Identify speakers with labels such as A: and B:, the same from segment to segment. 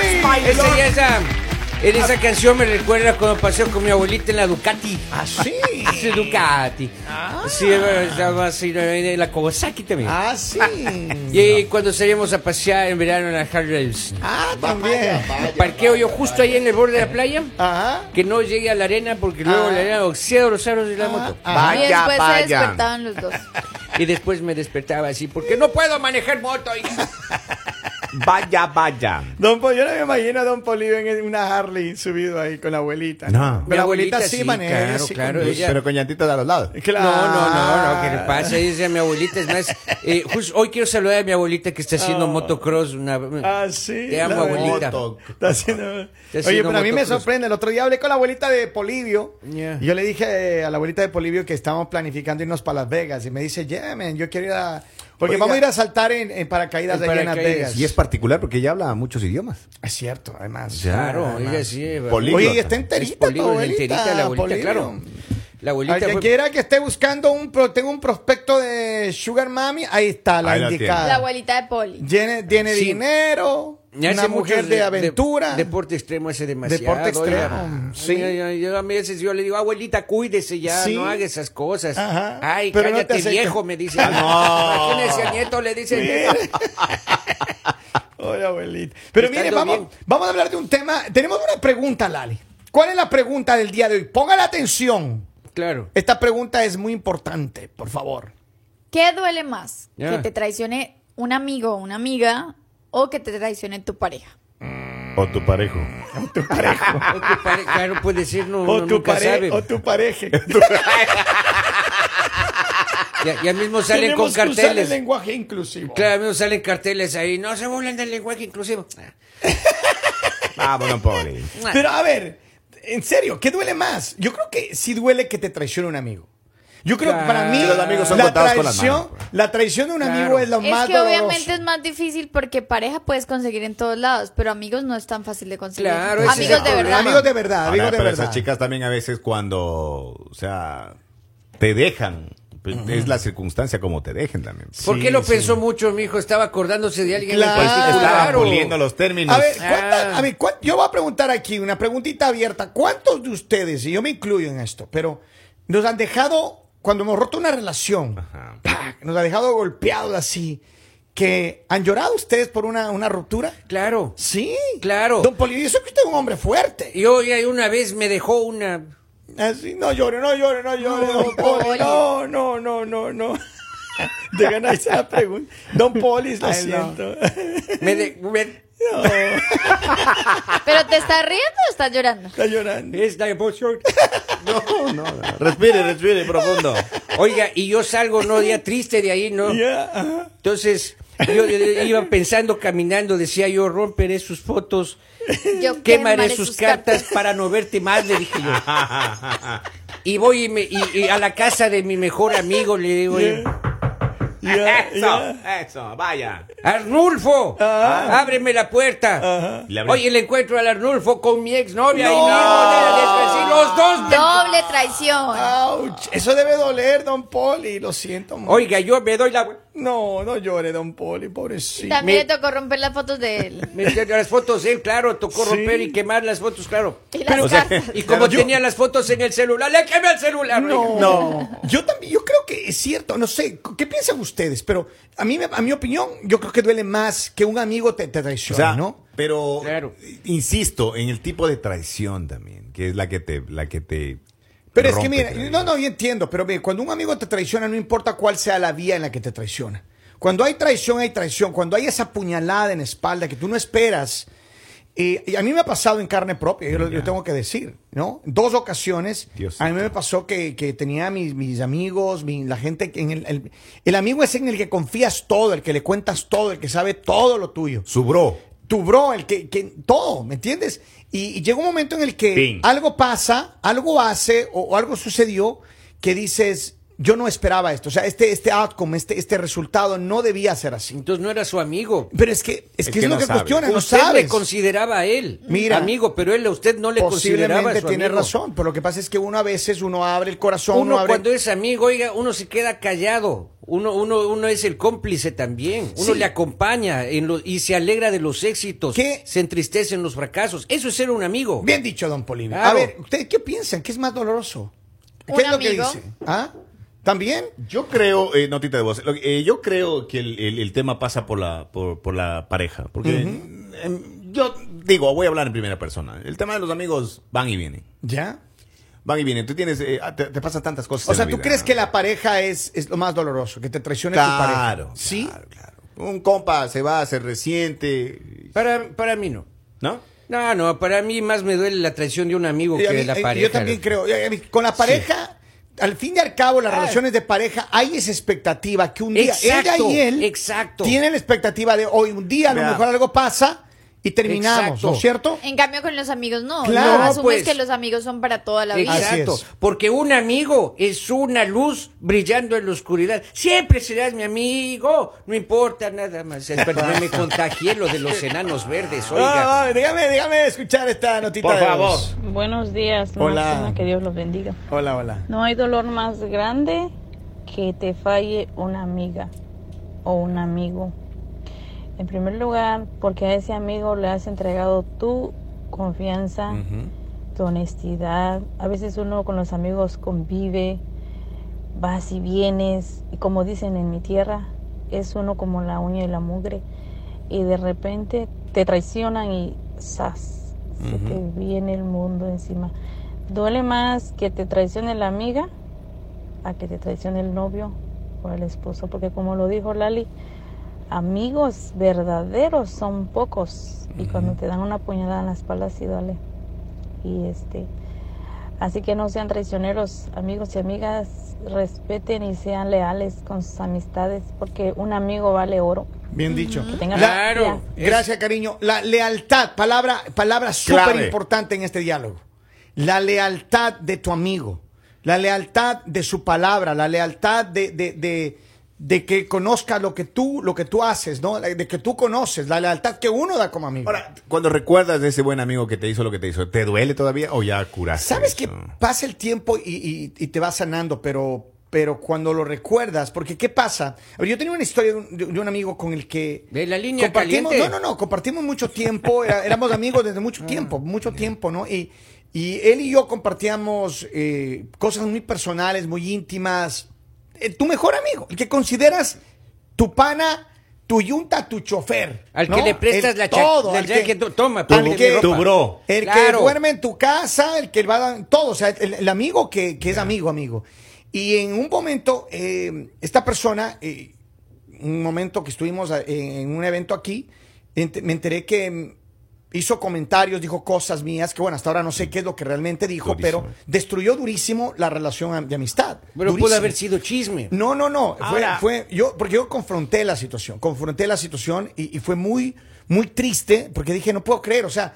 A: esa, y esa, en esa canción me recuerda cuando paseo con mi abuelita en la Ducati.
B: Ah, sí.
A: Sí, Ducati. Sí, estaba así, en la Kawasaki también.
B: Ah, sí.
A: Y ahí cuando salíamos a pasear en verano en la Harley Davidson.
B: Ah, también.
A: Parqueo yo justo ahí en el borde de la playa.
B: Ajá.
A: Que no llegue a la arena porque luego la arena oxida los aros de la moto.
B: Ah,
C: y
D: Vaya,
C: después se
D: vaya.
C: despertaban los dos.
A: Y después me despertaba así porque no puedo manejar moto. y-
D: Vaya, vaya.
B: Don Poli, yo no me imagino a Don Polivio en una Harley subido ahí con la abuelita.
D: No.
B: Pero la abuelita,
A: Mi abuelita
B: sí
A: sí,
B: maneja.
A: claro,
B: ella sí
A: claro,
B: conduce.
A: ella-
D: Pero con llantitas de a los lados.
B: Claro.
A: No, no, no,
B: Ah.
A: no, ¿qué le pasa? Dice mi abuelita, es más, eh, justo hoy quiero saludar a mi abuelita que está haciendo motocross. Una,
B: Ah, sí.
A: Te amo,
B: la
A: abuelita.
D: Moto.
B: Está haciendo- Oye,
A: haciendo
B: pero a mí me
A: motocross.
B: sorprende. El otro día hablé con la abuelita de Polivio.
A: Yeah.
B: Y yo le dije eh, a la abuelita de Polivio que estábamos planificando irnos para Las Vegas. Y me dice, yeah, man, yo quiero ir a... Porque
D: Oiga.
B: vamos a ir a saltar en, en paracaídas
A: En
B: allá en Las
A: paracaídas.
B: Vegas.
D: Y es particular porque ella habla muchos idiomas.
B: Es cierto, además.
D: Ya.
A: Claro,
D: Además.
A: ella sí. eh,
B: Oye,
D: Poli- Políglota.
B: y está
A: es
B: Ah, enterita tu
A: políglota,
B: abuelita.
A: enterita la abuelita,
B: Polibio.
A: claro. La abuelita
B: Al que
A: fue-
B: quiera que esté buscando un pro, tengo un prospecto de Sugar Mami, ahí está la
D: Ahí la
C: La
B: indicada.
C: abuelita de Poli.
B: Tiene, tiene
A: Sí.
B: dinero,
A: Ya
B: una
A: hace
B: mujer
A: muchos
B: de, aventura.
A: deporte extremo hace demasiado.
B: Deporte
A: oiga.
B: extremo, sí.
A: Oiga, yo, yo a veces yo le digo, abuelita, cuídese ya,
B: Sí.
A: no haga esas cosas.
B: Ajá.
A: Ay,
B: Pero no te
A: cállate
B: hace- Ah,
A: viejo, me dice.
D: no.
A: Imagínese al nieto, le dice.
B: Hola, abuelita. Pero
A: Está
B: mire,
A: yendo
B: vamos,
A: bien.
B: vamos a hablar de un tema. Tenemos una pregunta, Lali. ¿Cuál es la pregunta del día de hoy? Póngale atención.
A: Claro.
B: Esta pregunta es muy importante, por favor.
C: ¿Qué duele más?
A: Ya.
C: ¿Que te traicione un amigo o una amiga o que te traicione tu pareja?
D: O tu parejo.
A: O tu pare- Claro, puede ser, no, uno nunca
B: pare-
A: sabe.
B: o tu pareja.
A: Ya, ya mismo salen
B: Tenemos
A: con
B: que usar el
A: carteles.
B: lenguaje inclusivo.
A: Claro, a mí me salen carteles ahí. No se burlen del lenguaje inclusivo.
D: Ah, Vámonos, Poli.
B: Pero a ver, en serio, ¿qué duele más? Yo creo que sí duele que te traicione un amigo. Yo creo que para mí
A: Claro.
D: Los amigos son
B: la,
D: contados
B: traición,
D: con las manos, pues.
B: la traición de un
A: Claro.
B: amigo es lo
C: Es
B: más
C: que
B: doloroso.
C: obviamente es más difícil porque pareja puedes conseguir en todos lados, pero amigos no es tan fácil de conseguir.
A: Claro, ese es
C: amigos
A: el
C: de verdad.
B: Amigos de verdad,
D: Ahora,
B: amigos de
D: Ah, pero
B: verdad.
D: esas chicas también a veces cuando, o sea, te dejan. pues, Es la circunstancia como te dejen también.
A: ¿Por
B: Sí,
A: qué lo
B: sí.
A: pensó mucho, mi hijo? Estaba acordándose de alguien
B: Claro.
A: en
D: Pues
A: particular.
D: estaba
A: o-
D: puliendo los términos.
B: A ver, ¿cuánta-
A: Ah.
B: a ver, cuán- yo voy a preguntar aquí una preguntita abierta. ¿Cuántos de ustedes, y yo me incluyo en esto, pero nos han dejado, cuando hemos roto una relación,
D: Ajá.
B: ¡pac! nos ha dejado golpeados así, que han llorado ustedes por una, una ruptura?
A: Claro.
B: Sí.
A: Claro.
B: Don Polivio, yo sé que usted es un hombre fuerte.
A: Yo ya una vez me dejó una...
B: Así, no llore, no llore, no llore,
C: No,
B: don Poli.
C: Poli.
B: No, no, no, no, no. De ganar esa pregunta. Don Poli, lo
D: Ay, no.
B: siento.
A: Me de- me-
B: No,
C: Pero te estás riendo o estás llorando.
B: está llorando.
A: es la emoción.
D: No, no, no. Respire, respire profundo.
A: Oiga, y yo salgo no día triste de ahí, ¿no?
B: Ya, ajá.
A: Entonces, yo eh, iba pensando, caminando, decía yo, romperé sus fotos,
C: Yo
A: quemaré sus cartas para no verte más, le dije yo. Y voy y, me- y- y a la casa de mi mejor amigo, le digo yo. eh.
B: ya, ya.
D: eso, vaya.
A: Arnulfo,
B: Ah.
A: ábreme la puerta.
D: Le abrió.
A: Oye, le encuentro al Arnulfo con mi exnovia y
B: No.
A: no, no, no, los dos.
C: Doble traición.
A: Ah,
B: Ouch, eso debe doler, don Poli, lo siento. mucho.
A: Oiga, yo me doy la...
B: No, no llore, don Poli, pobrecito.
C: También
A: me-
C: le tocó romper las fotos de él.
A: Me hicieron las fotos, él, claro, tocó
B: Sí.
A: romper y quemar las fotos, claro.
C: Y las
A: Pero-
D: o sea,
C: cartas.
A: y como tenía las fotos en el celular, le quemé el celular. oiga.
B: No. Yo también, yo creo que es cierto, no sé, ¿qué piensan ustedes? Pero a mí, me- a mi opinión, yo creo que duele más que un amigo te, te
D: O
B: traicione,
D: sea,
B: ¿no?
D: pero
A: Claro.
D: insisto en el tipo de traición también, que es la que te, la que te.
B: Pero es que
D: rompe,
B: mira,
D: creo
B: no,
D: yo.
B: no, yo entiendo, pero mira, cuando un amigo te traiciona, no importa cuál sea la vía en la que te traiciona. Cuando hay traición, hay traición. Cuando hay esa puñalada en la espalda que tú no esperas, eh, y a mí me ha pasado en carne propia, yo, lo- yo tengo que decir, ¿no? Dos ocasiones,
D: Diosito.
B: a mí me pasó que, que tenía mis, mis amigos, mi- la gente, que en el, el- el amigo es en el que confías todo, el que le cuentas todo, el que sabe todo lo tuyo
D: Su bro.
B: tu bro, el que, que todo, ¿me entiendes? Y, y llega un momento en el que
D: Fin.
B: algo pasa, algo hace o, o algo sucedió que dices, yo no esperaba esto. O sea, este, este outcome, este, este resultado no debía ser así.
A: Entonces no era su amigo.
B: Pero es que es,
D: Es
B: que es
D: que
B: lo
D: no
B: que
D: sabe.
B: cuestiona, no
A: usted
B: sabes.
A: le consideraba a él
B: Mira.
A: amigo, pero él a usted no le consideraba
B: Posiblemente
A: su
B: tiene
A: amigo.
B: razón, pero lo que pasa es que uno a veces uno abre el corazón, uno,
A: Uno
B: abre...
A: cuando es amigo, oiga, uno se queda callado. Uno, uno, uno es el cómplice también. Uno
B: Sí.
A: le acompaña en lo- y se alegra de los éxitos.
B: ¿Qué?
A: Se entristece en los fracasos. Eso es ser un amigo.
B: Bien dicho, don Polivio. A
A: Claro.
B: ver, ¿ustedes qué piensan? ¿Qué es más doloroso? ¿Qué
C: Un
B: es lo
C: amigo.
B: que dice? ¿Ah? ¿También?
D: Yo creo, eh, notita de voz, lo que- eh, yo creo que el, el- el tema pasa por la, por, por la pareja. Porque em, yo digo, voy a hablar en primera persona. El tema de los amigos van y vienen.
B: ¿Ya?
D: Van y vienen. Tú tienes, eh, ah, te, te pasan tantas cosas.
B: O
D: en
B: sea,
D: la
B: ¿tú
D: vida,
B: crees
D: ¿no?
B: que la pareja es, es lo más doloroso? Que te traicione tu pareja.
D: Claro.
B: ¿Sí?
D: Claro, claro. Un compa se va, se resiente.
A: Para, para mí no.
D: ¿No?
A: No, no, para mí más me duele la traición de un amigo
B: Y a
A: que
B: mí-
A: de la
B: eh,
A: pareja.
B: Yo también creo. eh, a mí, Con la pareja, al fin y al cabo, las
A: Ah.
B: relaciones de pareja, hay esa expectativa que un día
A: Exacto,
B: ella y él
A: exacto.
B: tienen la expectativa de hoy, un día a lo
D: Vea.
B: mejor algo pasa y terminamos,
A: Exacto.
B: ¿no es cierto?
C: En cambio, con los amigos no.
B: Claro,
C: No, asumes
A: pues.
C: que los amigos son para toda la vida.
A: Exacto,
B: Así es.
A: porque un amigo es una luz brillando en la oscuridad. Siempre serás mi amigo, no importa nada más. Es verdad, me contagié lo de los enanos verdes, oiga.
B: Ah, dígame, dígame escuchar esta notita.
D: Por
B: de voz.
D: favor.
E: Buenos días,
B: Hola.
E: Máxima, que Dios los bendiga.
B: Hola, hola.
E: No hay dolor más grande que te falle una amiga o un amigo. En primer lugar, porque a ese amigo le has entregado tu confianza, tu honestidad. A veces uno con los amigos convive, vas y vienes, y como dicen en mi tierra, es uno como la uña y la mugre. Y de repente te traicionan y ¡zas! Se te viene el mundo encima. Duele más que te traicione la amiga a que te traicione el novio o el esposo, porque como lo dijo Lali, amigos verdaderos son pocos y cuando te dan una puñalada en la espalda sí duele. Y este, así que no sean traicioneros, amigos y amigas, respeten y sean leales con sus amistades, porque un amigo vale oro.
B: Bien dicho.
E: Que tengan
B: La-
E: buen día.
A: Claro,
B: Gracias, cariño. La lealtad, palabra, palabra súper
D: Clave.
B: importante en este diálogo. La lealtad de tu amigo, la lealtad de su palabra, la lealtad de, de, de- de que conozca lo que tú, lo que tú haces, ¿no? De que tú conoces, la lealtad que uno da como amigo.
D: Ahora, cuando recuerdas de ese buen amigo que te hizo lo que te hizo, ¿te duele todavía o ya curaste?
B: Sabes
D: eso?
B: que pasa el tiempo y, y- y te va sanando, pero, pero cuando lo recuerdas, porque ¿qué pasa? A ver, yo tenía una historia de un, de un amigo con el que...
A: De la línea
B: compartimos,
A: caliente.
B: No,
A: Ah,
B: no, no, compartimos mucho tiempo, era- éramos amigos desde mucho tiempo, mucho tiempo, ¿no? Y, y él y yo compartíamos eh, cosas muy personales, muy íntimas. Eh, tu mejor amigo, el que consideras tu pana, tu yunta, tu chofer.
A: Al
B: ¿no?
A: que le prestas
B: El
A: la cha-
B: todo,
A: la
B: al
A: cha-
B: que-
A: to- toma,
B: al
A: ponte
B: que-
A: mi ropa.
D: tu bro.
B: el
A: Claro.
B: que duerme en tu casa, el que va a todo, o sea, el, el amigo que, que es amigo, amigo. Y en un momento, eh, esta persona, eh, un momento que estuvimos a- en, en un evento aquí, ent- me enteré que mm, hizo comentarios, dijo cosas mías, que bueno, hasta ahora no sé qué es lo que realmente dijo,
D: Durísimo.
B: pero destruyó durísimo la relación am- de amistad.
A: Pero
B: Durísimo.
A: pudo haber sido chisme.
B: No, no, no. Fue,
D: Ahora-
B: fue- yo, porque yo confronté la situación, confronté la situación y, y fue muy, muy triste porque dije, no puedo creer, o sea,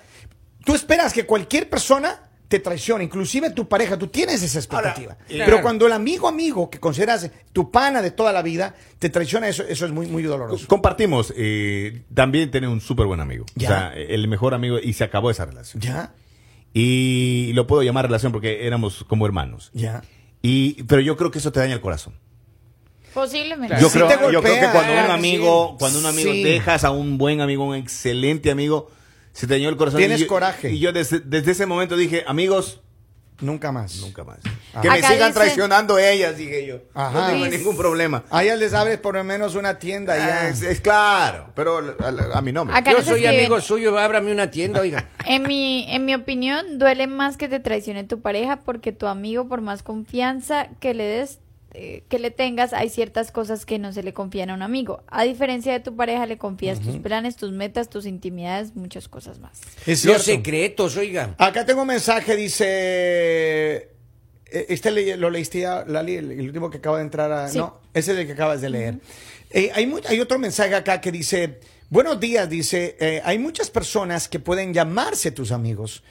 B: tú esperas que cualquier persona te traicione, inclusive tu pareja, tú tienes esa expectativa.
D: Ahora,
A: claro.
B: Pero cuando el amigo amigo que consideras tu pana de toda la vida te traiciona, eso, eso es muy, muy
D: Co-
B: doloroso.
D: Compartimos. eh, también tiene un súper buen amigo.
B: Ya.
D: O sea, el mejor amigo y se acabó esa relación.
B: Ya,
D: Y lo puedo llamar relación porque éramos como hermanos.
B: ya.
D: Y, pero yo creo que eso te daña el corazón.
C: Posiblemente.
D: Yo,
B: Sí
D: creo,
B: te
D: yo creo
B: golpea.
D: que cuando un
A: Claro,
D: amigo,
A: sí.
D: cuando un amigo
B: Sí.
D: dejas a un buen amigo, un excelente amigo, se te dañó el corazón.
B: Tienes
D: Y yo-
B: coraje.
D: Y yo desde, desde ese momento dije, amigos,
B: Nunca más.
D: nunca más.
B: Ah.
D: Que me
C: Acá
D: sigan
C: dice-
D: traicionando ellas, dije yo.
B: Ajá. Ah.
D: No tengo
C: Dice-
D: ningún problema.
B: Allá les abres por lo menos una tienda.
D: Ah,
B: Ya.
D: Es, es claro, pero a, a- a mi nombre.
C: Acá-
A: Yo
C: nos
A: soy
C: escriben.
A: amigo suyo, ábrame una tienda, oiga.
C: En mi, en mi opinión, duele más que te traicione tu pareja porque tu amigo, por más confianza que le des, eh, que le tengas, hay ciertas cosas que no se le confían a un amigo. A diferencia de tu pareja, le confías tus planes, tus metas, tus intimidades, muchas cosas más.
B: Es cierto.
A: Los secretos, oiga.
B: Acá tengo un mensaje, dice. eh, Este le- lo leíste ya, Lali, el, el último que acaba de entrar a.
C: Sí.
B: No, ese es el que acabas de leer. Eh, hay, mu- hay otro mensaje acá que dice: Buenos días, dice. eh, hay muchas personas que pueden llamarse tus amigos.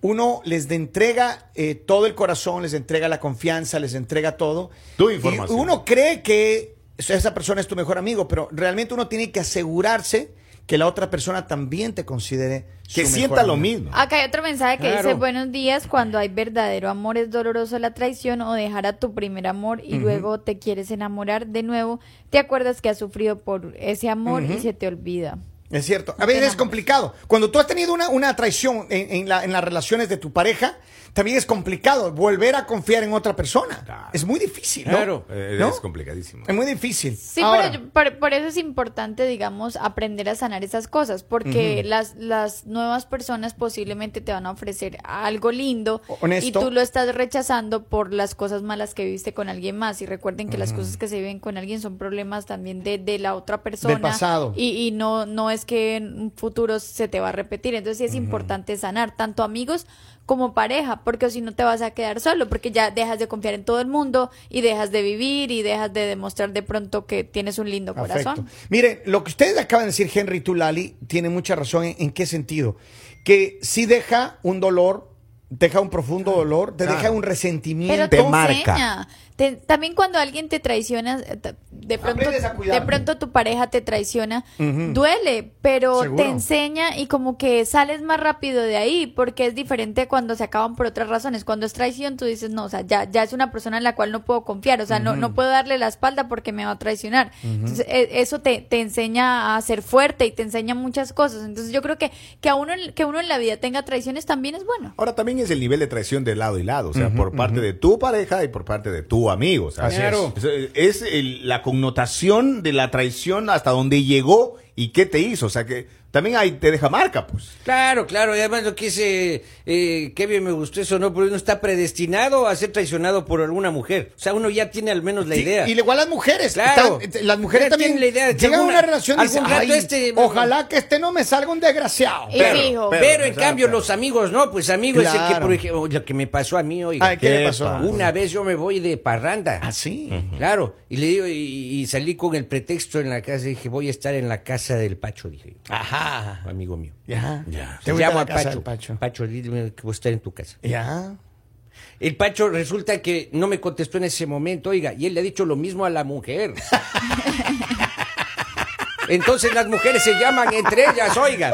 B: uno les de- entrega eh, todo el corazón, les entrega la confianza, les entrega todo.
D: Tu
B: Y
D: información.
B: uno cree que esa persona es tu mejor amigo, pero realmente uno tiene que asegurarse que la otra persona también te considere su
D: Que
B: mejor
D: sienta lo
B: amigo.
D: mismo.
C: Acá hay otro mensaje que
A: Claro.
C: dice buenos días, cuando hay verdadero amor es doloroso la traición o dejar a tu primer amor y luego te quieres enamorar de nuevo, te acuerdas que has sufrido por ese amor y se te olvida.
B: Es cierto. A
C: No
B: veces es
C: tenemos.
B: complicado. Cuando tú has tenido una, una traición en, en la- en las relaciones de tu pareja, también es complicado volver a confiar en otra persona.
D: Claro.
B: Es muy difícil, ¿no?
A: Claro.
D: Eh,
B: ¿No?
D: Es complicadísimo.
B: Es muy difícil.
C: Sí,
B: Ahora,
C: pero yo- por, por eso es importante, digamos, aprender a sanar esas cosas, porque las, las nuevas personas posiblemente te van a ofrecer algo lindo
B: O- honesto.
C: y tú lo estás rechazando por las cosas malas que viviste con alguien más. Y recuerden que las cosas que se viven con alguien son problemas también de, de la otra persona.
B: pasado.
C: Y, y no, no es que en un futuro se te va a repetir. Entonces sí es importante sanar, tanto amigos como pareja, porque si no te vas a quedar solo, porque ya dejas de confiar en todo el mundo y dejas de vivir y dejas de demostrar de pronto que tienes un lindo
B: Perfecto.
C: corazón.
B: Miren, lo que ustedes acaban de decir, Henry Tulali, tiene mucha razón. ¿En, en qué sentido? Que sí deja un dolor, deja un profundo dolor, te deja
D: Claro.
B: un resentimiento.
C: Pero
D: Te
C: te
D: marca.
C: enseña. Te- también cuando alguien te traiciona, eh, ta- de pronto,
B: Aprendes a cuidarte.
C: de pronto tu pareja te traiciona, duele, pero
B: Seguro.
C: te enseña y como que sales más rápido de ahí, porque es diferente cuando se acaban por otras razones. Cuando es traición, tú dices, no, o sea, ya, ya es una persona en la cual no puedo confiar, o sea, no, no puedo darle la espalda porque me va a traicionar. Entonces, e- eso te, te enseña a ser fuerte y te enseña muchas cosas. Entonces, yo creo que, que, a uno, en- que uno en la vida tenga traiciones también es bueno.
D: Ahora también es el nivel de traición de lado y lado, o sea, por parte de tu pareja y por parte de tu amigo. o sea,
A: Así Claro.
D: Es, es el- la connotación de la traición hasta donde llegó y qué te hizo. O sea, que también ahí te deja marca, pues.
A: Claro, claro, y además lo que dice eh, Kevin me gustó eso, ¿no? Porque uno está predestinado a ser traicionado por alguna mujer. O sea, uno ya tiene al menos la
B: Sí,
A: idea.
B: Y igual las mujeres.
A: Claro.
B: están- las mujeres
A: Ya
B: también
A: tienen la idea de que
B: llegan
A: alguna-
B: a una relación y dicen,
A: algún rato
B: "Ay,
A: este- Eh,
B: ojalá que este no me salga un desgraciado.
C: Y
D: Pero-
C: fijo.
A: Pero, en
D: Claro,
A: cambio,
D: claro.
A: los amigos, no, pues amigos es el que,
B: Claro.
A: por ejemplo, lo que me pasó a mí, oiga.
B: Ay, ¿qué, le
D: Qué
B: pasó? Ah,
D: pa-
A: Una vez yo me voy de parranda.
B: Así.
A: Claro, y le digo, y, y salí con el pretexto en la casa, dije, voy a estar en la casa del Pacho, dije,
B: Ajá.
A: amigo mío.
B: Ah. Ya.
D: Ya.
B: Te
A: Se
B: voy a
A: llama
B: la casa
A: Pacho.
B: del Pacho.
A: Pacho, dime que voy a estar en tu casa.
B: Ya.
A: El Pacho resulta que no me contestó en ese momento, oiga, y él le ha dicho lo mismo a la mujer. Entonces las mujeres se llaman entre ellas, oiga.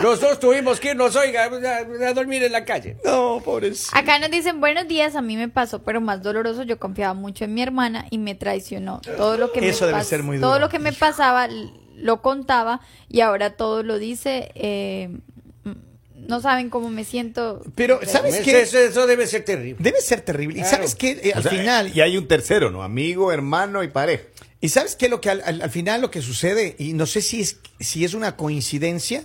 A: Los dos tuvimos que irnos, oiga, a, a dormir en la calle.
B: No, pobrecito.
C: Acá nos dicen buenos días, a mí me pasó, pero más doloroso, yo confiaba mucho en mi hermana y me traicionó. Todo lo que
B: Eso
C: me
B: debe
C: pas-
B: ser muy
C: Todo
B: duro.
C: lo que me pasaba l- lo contaba y ahora todo lo dice. eh, m- no saben cómo me siento.
B: Pero, ¿sabes
A: Eso,
B: qué?
A: eso debe ser terrible.
B: Debe ser terrible. Y
A: Claro.
B: sabes que al
D: O sea, eh,
B: final,
D: Y hay un tercero, ¿no? Amigo, hermano y pareja.
B: y sabes que lo que al, al- al final lo que sucede, y no sé si es, si es una coincidencia,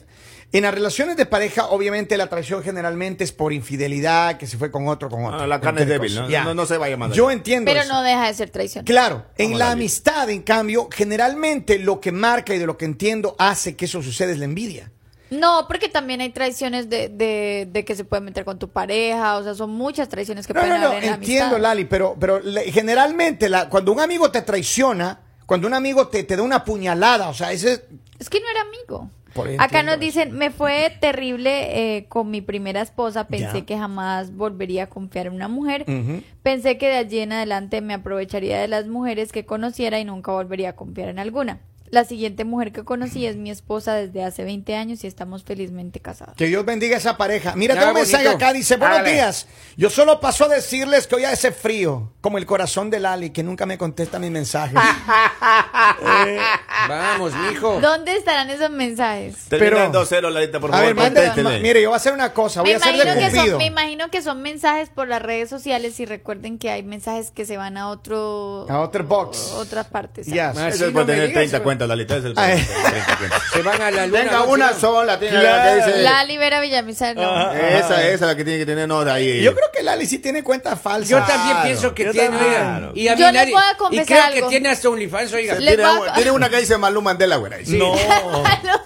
B: en las relaciones de pareja, obviamente la traición generalmente es por infidelidad, que se fue con otro, con otro.
D: Ah, la carne es
B: cualquier
D: débil,
B: cosa.
D: ¿no?
B: Ya.
D: No- no se vaya más allá.
B: Yo entiendo.
C: Pero
B: eso.
C: no deja de ser traición.
B: Claro, en
D: Vamos,
B: la
D: David.
B: amistad, en cambio, generalmente lo que marca y de lo que entiendo hace que eso suceda es la envidia.
C: No, porque también hay traiciones de, de, de que se puede meter con tu pareja, o sea, son muchas traiciones que
B: No,
C: pueden
B: no, no,
C: haber en la
B: entiendo,
C: amistad.
B: Lali, pero, pero le- generalmente la- cuando un amigo te traiciona, cuando un amigo te, te da una puñalada, o sea, ese
C: Es que no era amigo.
B: Por ahí
C: Acá
B: entiendo
C: nos dicen, me fue terrible eh, con mi primera esposa, pensé
B: Ya.
C: que jamás volvería a confiar en una mujer, pensé que de allí en adelante me aprovecharía de las mujeres que conociera y nunca volvería a confiar en alguna. La siguiente mujer que conocí es mi esposa desde hace 20 años y estamos felizmente casados.
B: Que Dios bendiga a esa pareja. Mira,
A: Ya,
B: tengo un
A: bonito.
B: mensaje acá, dice, buenos
A: Dale.
B: días. Yo solo paso a decirles que hoy hace frío, como el corazón de Lali, que nunca me contesta mis mensajes.
C: Ah.
A: Vamos,
B: Oh.
A: mijo.
C: ¿Dónde estarán esos mensajes?
D: Pero.
B: Pero-
D: 2-0, Larita, por
B: a
D: favor,
B: ver, mande-
D: contéstele.
B: ma- mire, yo voy a hacer una cosa, voy
C: Me
B: a hacer de
C: imagino, que son,
B: cumplido.
C: me imagino que son mensajes por las redes sociales y recuerden que hay mensajes que se van a otro...
B: A otro box.
C: Otras partes.
B: Ya.
A: Así
D: Eso es
A: no
D: por
A: me
D: tener
A: digas,
D: 30
A: güey.
D: cuentas, Lalita. Es el por
B: Ay.
D: tener 30 cuentas.
A: Se van a la luna.
D: Tenga
A: ¿no?
D: una
A: Sí, no.
D: sola, tiene
B: Claro.
D: la que dice.
C: La libera Villamizar. no.
D: Esa, esa es la que tiene que tener, no, de ahí.
B: Yo creo que Lali sí tiene cuenta falsa.
A: Yo también pienso que
D: yo
A: tiene,
D: también.
A: oiga. Y a mí
C: Yo les
A: nadie-
C: voy a
A: y
C: confesar
A: creo que
C: algo.
A: tiene hasta OnlyFans, oiga.
C: Le-
D: tiene,
C: Les voy
D: una-
C: a-
D: tiene una que dice Malú Mandela, güey.
A: Sí.
D: No.
C: Lo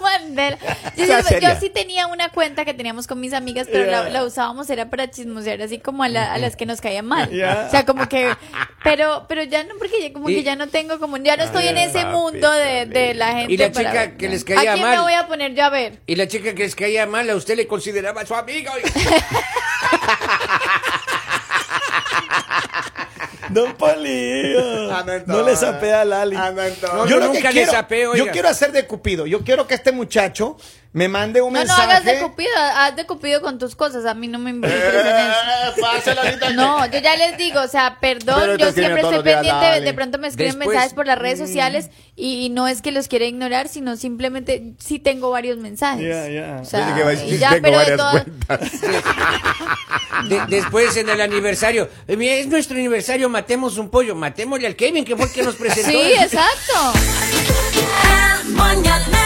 C: mandé. Yo,
D: Sea
C: sí-
D: seria.
C: yo sí tenía una cuenta que teníamos con mis amigas, pero la, la usábamos era para chismosear así como a, la- a las que nos caían mal. O sea, como que pero pero ya no porque ya como
A: Y-
C: que ya no tengo como ya no estoy en ese
D: papito.
C: mundo de, de, de la gente.
A: Y la
C: para
A: chica
C: ver,
A: que
C: ¿no?
A: les caía
C: ¿A quién
A: mal?
C: me voy a poner yo a ver?
A: Y la chica que les caía mal, a usted le consideraba su amiga. oiga.
F: Don Poli.
B: Ah, no,
F: No le sapea a Lali.
B: Ah, no,
A: No,
B: yo
A: yo
B: lo que
A: nunca le
B: quiero,
A: sapeo,
B: yo
A: oiga.
B: quiero hacer de Cupido. Yo quiero que este muchacho me mande un
C: No, no
B: mensaje.
C: hagas de cupido, haz de cupido con tus cosas, a mí no me involucres en eso. No, yo ya les digo, o sea, perdón,
D: Pero te
C: yo
D: escriben
C: siempre
D: todos
C: estoy
D: los días,
C: pendiente, de-
D: dale.
C: de pronto me escriben
A: Después-
C: mensajes por las redes sociales y, y no es que los quiera ignorar, sino simplemente sí tengo varios mensajes.
F: Ya, ya.
C: O sea,
D: Dice que va a
C: y
D: decir,
C: ya,
D: tengo
C: pero de
D: varias
C: todo,
D: cuentas.
A: De- después en el aniversario, eh, mira, es nuestro aniversario, matemos un pollo, matémosle al Kevin, que fue el que nos presentó.
C: Sí, exacto.
G: El mañanero